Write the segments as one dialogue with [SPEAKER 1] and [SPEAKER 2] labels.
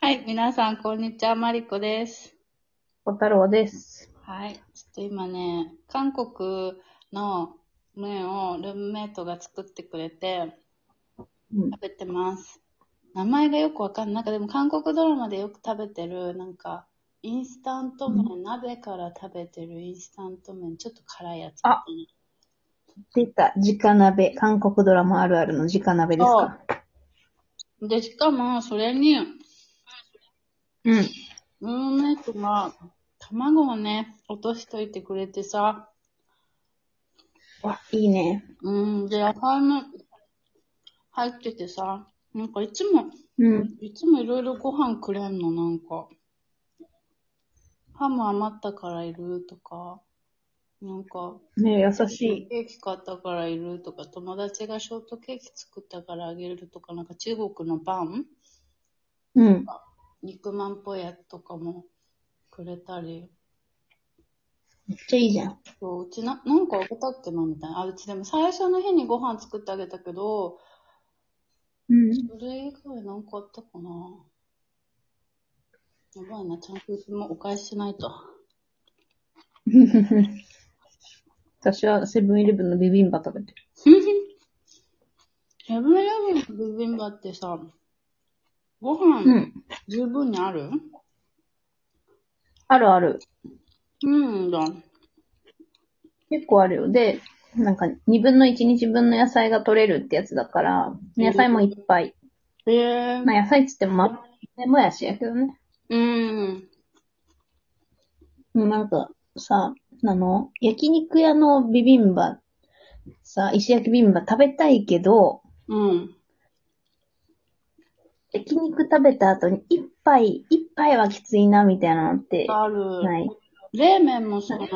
[SPEAKER 1] はい、皆さん、こんにちは、マリコです。
[SPEAKER 2] 小太郎です。
[SPEAKER 1] はい、ちょっと今ね、韓国の麺をルームメイトが作ってくれて
[SPEAKER 2] うん。
[SPEAKER 1] 食べてます。名前がよくわかんない。なんかでも韓国ドラマでよく食べてる、なんか、インスタント麺、鍋から食べてるインスタント麺、ちょっと辛いやつ。
[SPEAKER 2] あ出た、直鍋。韓国ドラマあるあるの直鍋ですか
[SPEAKER 1] で、しかも、それに、
[SPEAKER 2] うん。
[SPEAKER 1] ルームメイトが卵をね、落としといてくれてさ、
[SPEAKER 2] わ、いいね。
[SPEAKER 1] うん、で、野菜も入っててさ、なんかいつも、
[SPEAKER 2] うん。
[SPEAKER 1] いつもいろいろご飯くれんの、なんか。ハム余ったからいるとか、なんか、
[SPEAKER 2] ねえ優し
[SPEAKER 1] ショート
[SPEAKER 2] い。
[SPEAKER 1] ケーキ買ったからいるとか、友達がショートケーキ作ったからあげるとか、なんか中国のパン
[SPEAKER 2] うん。
[SPEAKER 1] 肉まんっぽいやつとかもくれたり。
[SPEAKER 2] めっちゃいいじゃん。
[SPEAKER 1] そう、うちな、なんかあげたっけなみたいな。あ、うちでも最初の日にご飯作ってあげたけど、
[SPEAKER 2] うん。
[SPEAKER 1] それ以外なんかあったかなやばいな、ちゃんといつもお返ししないと。
[SPEAKER 2] 私はセブンイレブンのビビンバ食べてる。
[SPEAKER 1] セブンイレブンのビビンバってさ、ご飯
[SPEAKER 2] ん。
[SPEAKER 1] 十分にある
[SPEAKER 2] あるある。
[SPEAKER 1] うん、だ。
[SPEAKER 2] 結構あるよ。で、なんか、二分の一日分の野菜が取れるってやつだから、野菜もいっぱい。
[SPEAKER 1] ええ
[SPEAKER 2] まあ野菜っつっても、ま、もやしやけどね。
[SPEAKER 1] うん。
[SPEAKER 2] うんなんか、さ、あの、焼肉屋のビビンバ、さ、石焼きビビンバ食べたいけど、
[SPEAKER 1] うん。
[SPEAKER 2] 焼肉食べた後に一杯、一杯はきついな、みたいなのって、
[SPEAKER 1] ある。
[SPEAKER 2] ない。
[SPEAKER 1] 冷麺もそうなの。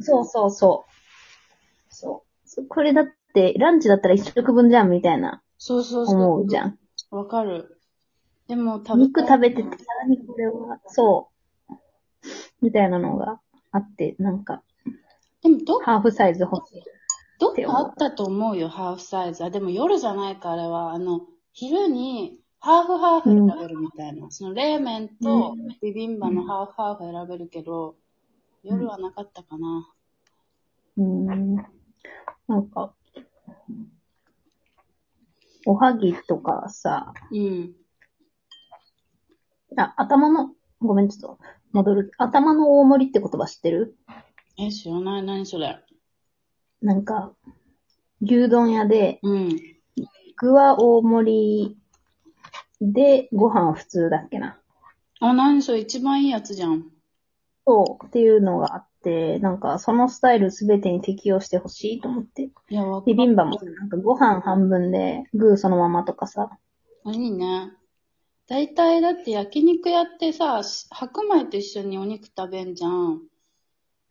[SPEAKER 2] そうそうそう。そうそ。これだって、ランチだったら一食分じゃん、みたいな、
[SPEAKER 1] そうそうそう。
[SPEAKER 2] 思うじゃん。
[SPEAKER 1] わかる。でも食べ
[SPEAKER 2] 肉
[SPEAKER 1] たい
[SPEAKER 2] 食べてたらにこれは、そう。みたいなのがあって、なんか、
[SPEAKER 1] でもどっ
[SPEAKER 2] ハーフサイズ欲しい。
[SPEAKER 1] どっかあったと思うよ、ハーフサイズは。でも夜じゃないか、あれは。あの、昼に、ハーフハーフ選べるみたいな。その、冷麺と
[SPEAKER 2] う
[SPEAKER 1] ビビンバのハーフハーフ選べるけど、夜はなかったかな。
[SPEAKER 2] うーん。なんか、おはぎとかさ、
[SPEAKER 1] うん。
[SPEAKER 2] あ、頭の、ごめん、ちょっと、戻る。頭の大盛りって言葉知ってる
[SPEAKER 1] え、知らない。何それ。
[SPEAKER 2] なんか、牛丼屋で、
[SPEAKER 1] うん。
[SPEAKER 2] 具は大盛りで、ご飯は普通だっけな。
[SPEAKER 1] あ、何それ。一番いいやつじゃん。
[SPEAKER 2] そう、っていうのがあって、なんか、そのスタイルすべてに適用してほしいと思って。
[SPEAKER 1] いや、わか
[SPEAKER 2] ビビ
[SPEAKER 1] る。
[SPEAKER 2] ンバも、なんかご飯半分で、具そのままとかさ。
[SPEAKER 1] あいいね。大体だって焼肉やってさ、し白米と一緒にお肉食べんじゃん。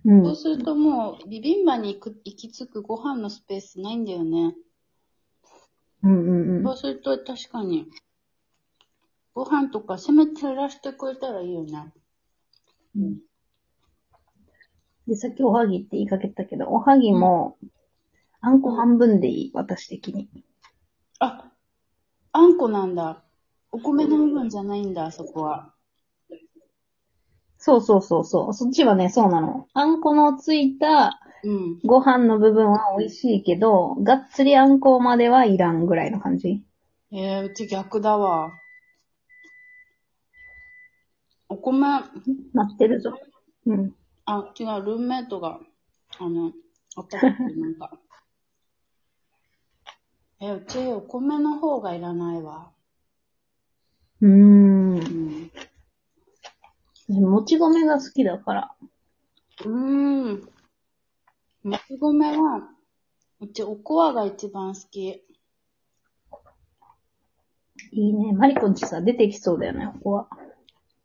[SPEAKER 2] う
[SPEAKER 1] そう
[SPEAKER 2] う
[SPEAKER 1] するともう、ビビンバに行く行き着くご飯のスペースないんだよね。
[SPEAKER 2] うんうんう
[SPEAKER 1] そ
[SPEAKER 2] ん。
[SPEAKER 1] うすると確かに、ご飯とかせめて照らしてくれたらいいよね。
[SPEAKER 2] うんで、さっきおはぎって言いかけたけど、おはぎも、あんこ半分でいい、私的に。
[SPEAKER 1] あ、あんこなんだ。お米の部分じゃないんだ、そこは。
[SPEAKER 2] そうそうそうそう。そっちはね、そうなの。あんこのついた
[SPEAKER 1] うん。
[SPEAKER 2] ご飯の部分は美味しいけど、がっつりあんこまではいらんぐらいの感じ。
[SPEAKER 1] えー、うち逆だわ。お米、
[SPEAKER 2] なってるぞ。うん。
[SPEAKER 1] あ、違う、ルームメイトが、あの、あったかくてなん か。え、うちお米の方がいらないわ。
[SPEAKER 2] う
[SPEAKER 1] う
[SPEAKER 2] ーん。
[SPEAKER 1] ん。
[SPEAKER 2] もち米が好きだから。
[SPEAKER 1] うーん。もち米は、うちおこわが一番好き。
[SPEAKER 2] いいね。マリコんちさ、出てきそうだよね、ここは。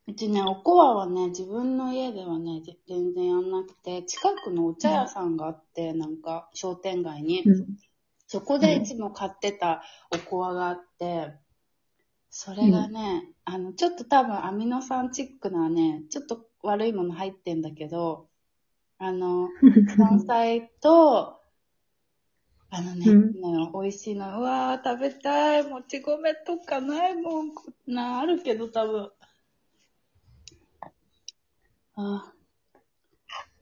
[SPEAKER 1] うちね、おこわはね、自分の家ではね、ぜ全然やんなくて、近くのお茶屋さんがあって、なんか、商店街に、
[SPEAKER 2] うん。
[SPEAKER 1] そこでいつも買ってたおこわがあって、それがね、あの、ちょっと多分アミノ酸チックなね、ちょっと悪いもの入ってんだけど、あの、山菜と、あのね、
[SPEAKER 2] うん
[SPEAKER 1] ね美味しいの。うわー、食べたい。もち米とかないもん。こんなんあるけど、多分。あ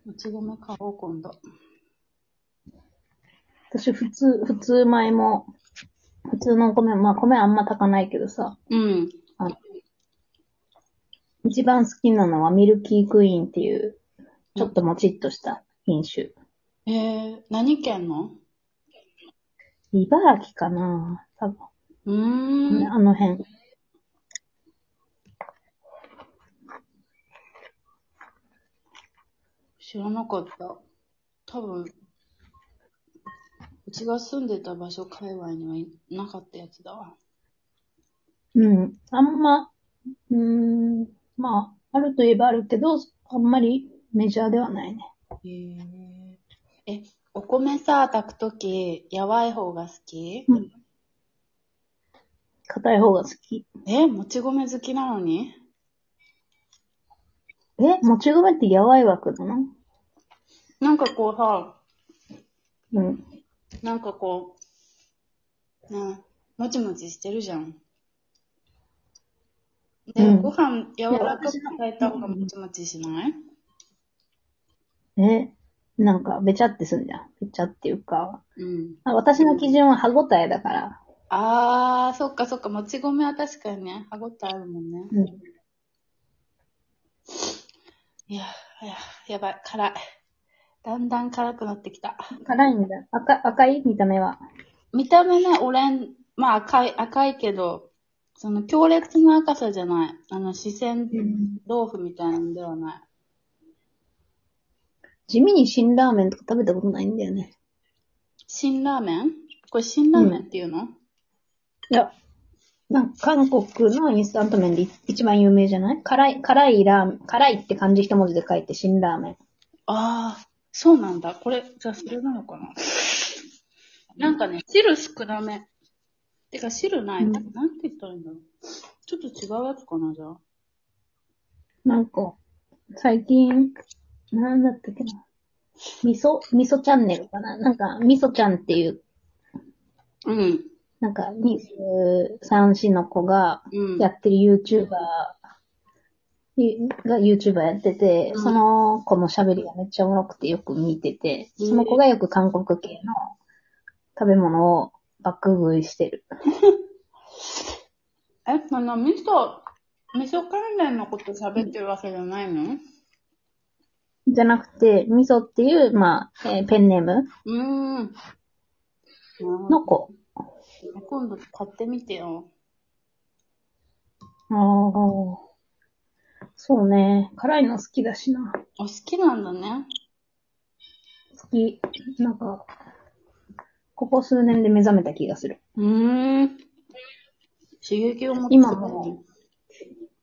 [SPEAKER 1] ーもち米買おう、今度。
[SPEAKER 2] 私、普通、普通米も、普通のお米、まあ米あんま炊かないけどさ、
[SPEAKER 1] うん。
[SPEAKER 2] 一番好きなのはミルキークイーンっていう、ちょっともちっとした品種。
[SPEAKER 1] えー、何県の
[SPEAKER 2] 茨城かな多分、
[SPEAKER 1] うーん。
[SPEAKER 2] あの辺。
[SPEAKER 1] 知らなかった。多分、うちが住んでた場所界隈にはいなかったやつだわ。
[SPEAKER 2] うん。あんま、うーん、まあ、あるといえばあるけど、あんまりメジャーではないね。
[SPEAKER 1] へえ。え、お米さ、炊くとき、やわい方が好き
[SPEAKER 2] うん。硬い方が好き。
[SPEAKER 1] え、もち米好きなのに
[SPEAKER 2] えもち米ってやわい枠だな
[SPEAKER 1] なんかこうさ、
[SPEAKER 2] うん。
[SPEAKER 1] なんかこう、ね、もちもちしてるじゃん。で、
[SPEAKER 2] うん
[SPEAKER 1] ご飯柔らかく
[SPEAKER 2] いや私の
[SPEAKER 1] 炊いた方がもちもちしない
[SPEAKER 2] えなんか、べちゃってすんじゃん。べちゃっていうか、
[SPEAKER 1] うん。
[SPEAKER 2] あ私の基準は歯応えだから。
[SPEAKER 1] あー、そっかそっか、もち米は確かにね、歯ごたえあるもんね。
[SPEAKER 2] うん。
[SPEAKER 1] いや、いや、やばい、辛い。だんだん辛くなってきた。
[SPEAKER 2] 辛いんだ。赤、赤い見た目は。
[SPEAKER 1] 見た目ね、オレン、まあ赤い、赤いけど、その強烈な赤さじゃない。あの、四川
[SPEAKER 2] ん
[SPEAKER 1] 豆腐みたいなのではない。
[SPEAKER 2] 地味に辛ラーメンとか食べたことないんだよね。
[SPEAKER 1] 辛ラーメンこれ辛ラーメンっていうの、
[SPEAKER 2] いや、なんか韓国のインスタント麺でい一番有名じゃない辛い、辛いラーメン、辛いって漢字一文字で書いて辛ラーメン。
[SPEAKER 1] ああ、そうなんだ。これ、じゃあそれなのかななんかね、汁少なめ。てか汁ない。
[SPEAKER 2] うん
[SPEAKER 1] なんて言ったらいいんだろう。ちょっと違うやつかな、じゃあ。
[SPEAKER 2] なんか、最近、なんだったっけな。味噌、味噌チャンネルかななんか、味噌ちゃんっていう、
[SPEAKER 1] うん。
[SPEAKER 2] なんか、23子の子が
[SPEAKER 1] うん。
[SPEAKER 2] やってる YouTuber、ゆが YouTuber やってて、
[SPEAKER 1] うん
[SPEAKER 2] その子の喋りがめっちゃおもろくてよく見てて、その子がよく韓国系の食べ物を爆食いしてる。
[SPEAKER 1] え、その味噌、味噌関連のこと喋ってるわけじゃないの
[SPEAKER 2] じゃなくて、ミソっていう、まあ、えーペンネーム
[SPEAKER 1] うーん。
[SPEAKER 2] の子。
[SPEAKER 1] 今度買ってみてよ。
[SPEAKER 2] ああ。そうね。辛いの好きだしな。
[SPEAKER 1] あ、好きなんだね。
[SPEAKER 2] 好き。なんか、ここ数年で目覚めた気がする。
[SPEAKER 1] うーん。刺激を持って
[SPEAKER 2] 今も。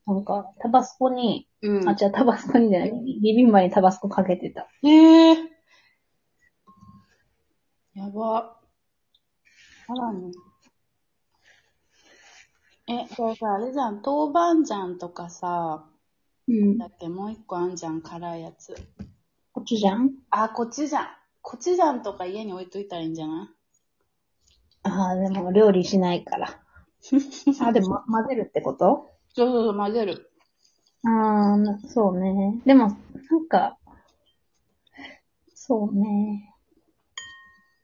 [SPEAKER 2] なんか、タバスコに、
[SPEAKER 1] うん。
[SPEAKER 2] あ、じゃあタバスコにじゃない。ビビンバにタバスコかけてた。
[SPEAKER 1] ええやば。さらに。え、これさ、あれじゃん、豆板醤とかさ、
[SPEAKER 2] うん
[SPEAKER 1] だ。っけ、もう一個あんじゃん、辛いやつ。
[SPEAKER 2] コチュジャン
[SPEAKER 1] あ、コチュジャン。コチュジャンとか家に置いといたらいいんじゃない
[SPEAKER 2] ああ、でも料理しない から。あ、でも、ま混ぜるってこと
[SPEAKER 1] そうそうそう、混ぜる。
[SPEAKER 2] ああ、そうね。でも、なんか、そうね。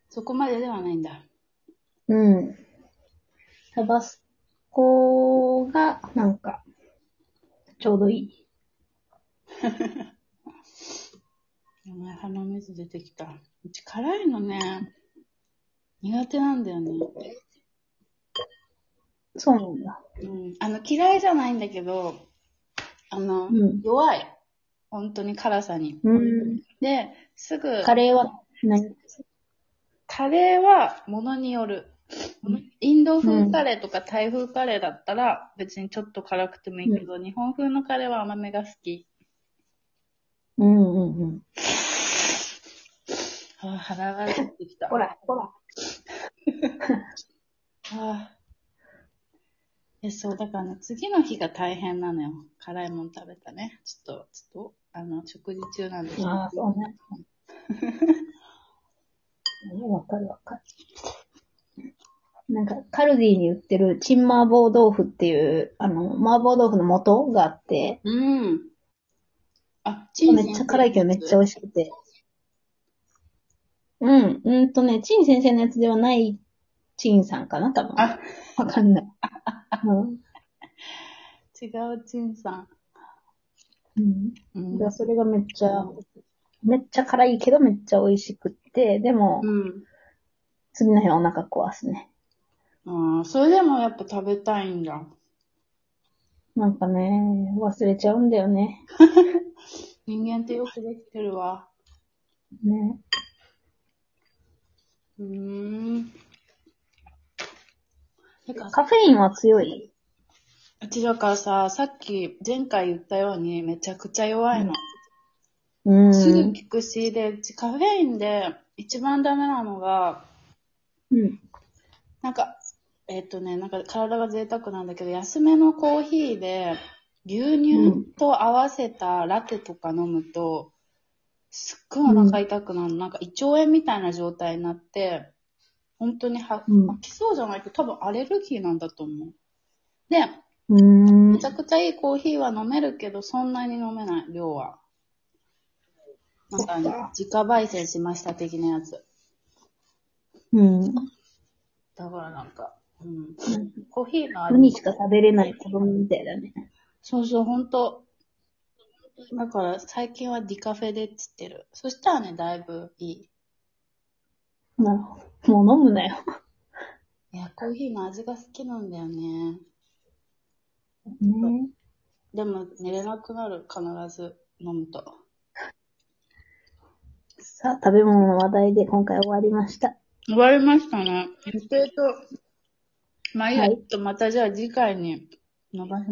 [SPEAKER 1] そこまでではないんだ。
[SPEAKER 2] うん。タバスコが、なんか、ちょうどいい。
[SPEAKER 1] やばい、鼻水出てきた。うち辛いのね、苦手なんだよね。
[SPEAKER 2] そうなんだ。
[SPEAKER 1] うん、あの嫌いじゃないんだけど、あの、
[SPEAKER 2] うん
[SPEAKER 1] 弱い。本当に辛さに。
[SPEAKER 2] うん。
[SPEAKER 1] で、すぐ、
[SPEAKER 2] カレーは何
[SPEAKER 1] カレーは物による
[SPEAKER 2] うん。
[SPEAKER 1] インド風カレーとかタイ風カレーだったら別にちょっと辛くてもいいけど、日本風のカレーは甘めが好き。
[SPEAKER 2] うんうんうん。
[SPEAKER 1] あー腹が立ってきた。
[SPEAKER 2] ほら、ほら。
[SPEAKER 1] あーえ、そう、だからね、次の日が大変なのよ。辛いもん食べたね。ちょっと、ちょっと、あの、食事中なんですけど
[SPEAKER 2] ああ、そうね。うんわかるわかる。なんか、カルディに売ってる、チン麻婆豆腐っていう、あの、麻婆豆腐の素があって、
[SPEAKER 1] うん。あ、チン
[SPEAKER 2] めっちゃ辛いけどめっちゃ美
[SPEAKER 1] 味し
[SPEAKER 2] 味しくて。うん。うんとね、陳先生のやつではない陳さんかな、多分。
[SPEAKER 1] あ、
[SPEAKER 2] わかんない。うん
[SPEAKER 1] い。違うチンさん。
[SPEAKER 2] うん。
[SPEAKER 1] うん
[SPEAKER 2] だからそれがめっちゃ、めっちゃ辛いけどめっちゃ美味しくって、でも、
[SPEAKER 1] うん。
[SPEAKER 2] 次の日はお腹壊すね。
[SPEAKER 1] ああ、それでもやっぱ食べたいんだ。
[SPEAKER 2] なんかね、忘れちゃうんだよね。
[SPEAKER 1] 人間ってよくできてるわ。
[SPEAKER 2] ね。
[SPEAKER 1] うーん。てか、
[SPEAKER 2] カフェインは強い。
[SPEAKER 1] うちだからさ、さっき前回言ったようにめちゃくちゃ弱いの。
[SPEAKER 2] うん。
[SPEAKER 1] すぐ効くし、で、うちカフェインで一番ダメなのが、
[SPEAKER 2] うん。
[SPEAKER 1] なんか、えっ、とね、なんか体が贅沢なんだけど、安めのコーヒーで牛乳と合わせたラテとか飲むと、すっごいお腹痛くなる。なんか胃腸炎みたいな状態になって、本当には、
[SPEAKER 2] うん
[SPEAKER 1] 吐きそうじゃないけど、多分アレルギーなんだと思う。で、
[SPEAKER 2] うん
[SPEAKER 1] めち。ゃくちゃいいコーヒーは飲めるけど、そんなに飲めない、量は。なんか、
[SPEAKER 2] そっか
[SPEAKER 1] 自家焙煎しました的なやつ。
[SPEAKER 2] うん。
[SPEAKER 1] だからなんか、うん。コーヒーの味
[SPEAKER 2] 何しか食べれない子供みたいだね。
[SPEAKER 1] そうそう、ほんと。だから、最近はディカフェでっつってる。そしたらね、だいぶいい。
[SPEAKER 2] なるほど。もう飲むなよ。
[SPEAKER 1] いや、コーヒーの味が好きなんだよね。
[SPEAKER 2] ね。
[SPEAKER 1] でも、寝れなくなる、必ず飲むと。
[SPEAKER 2] さあ、食べ物の話題で今回終わりました。
[SPEAKER 1] 終わりましたね。予定と、まあいいや、
[SPEAKER 2] はい
[SPEAKER 1] ちょっとまたじゃあ次回に伸ばします。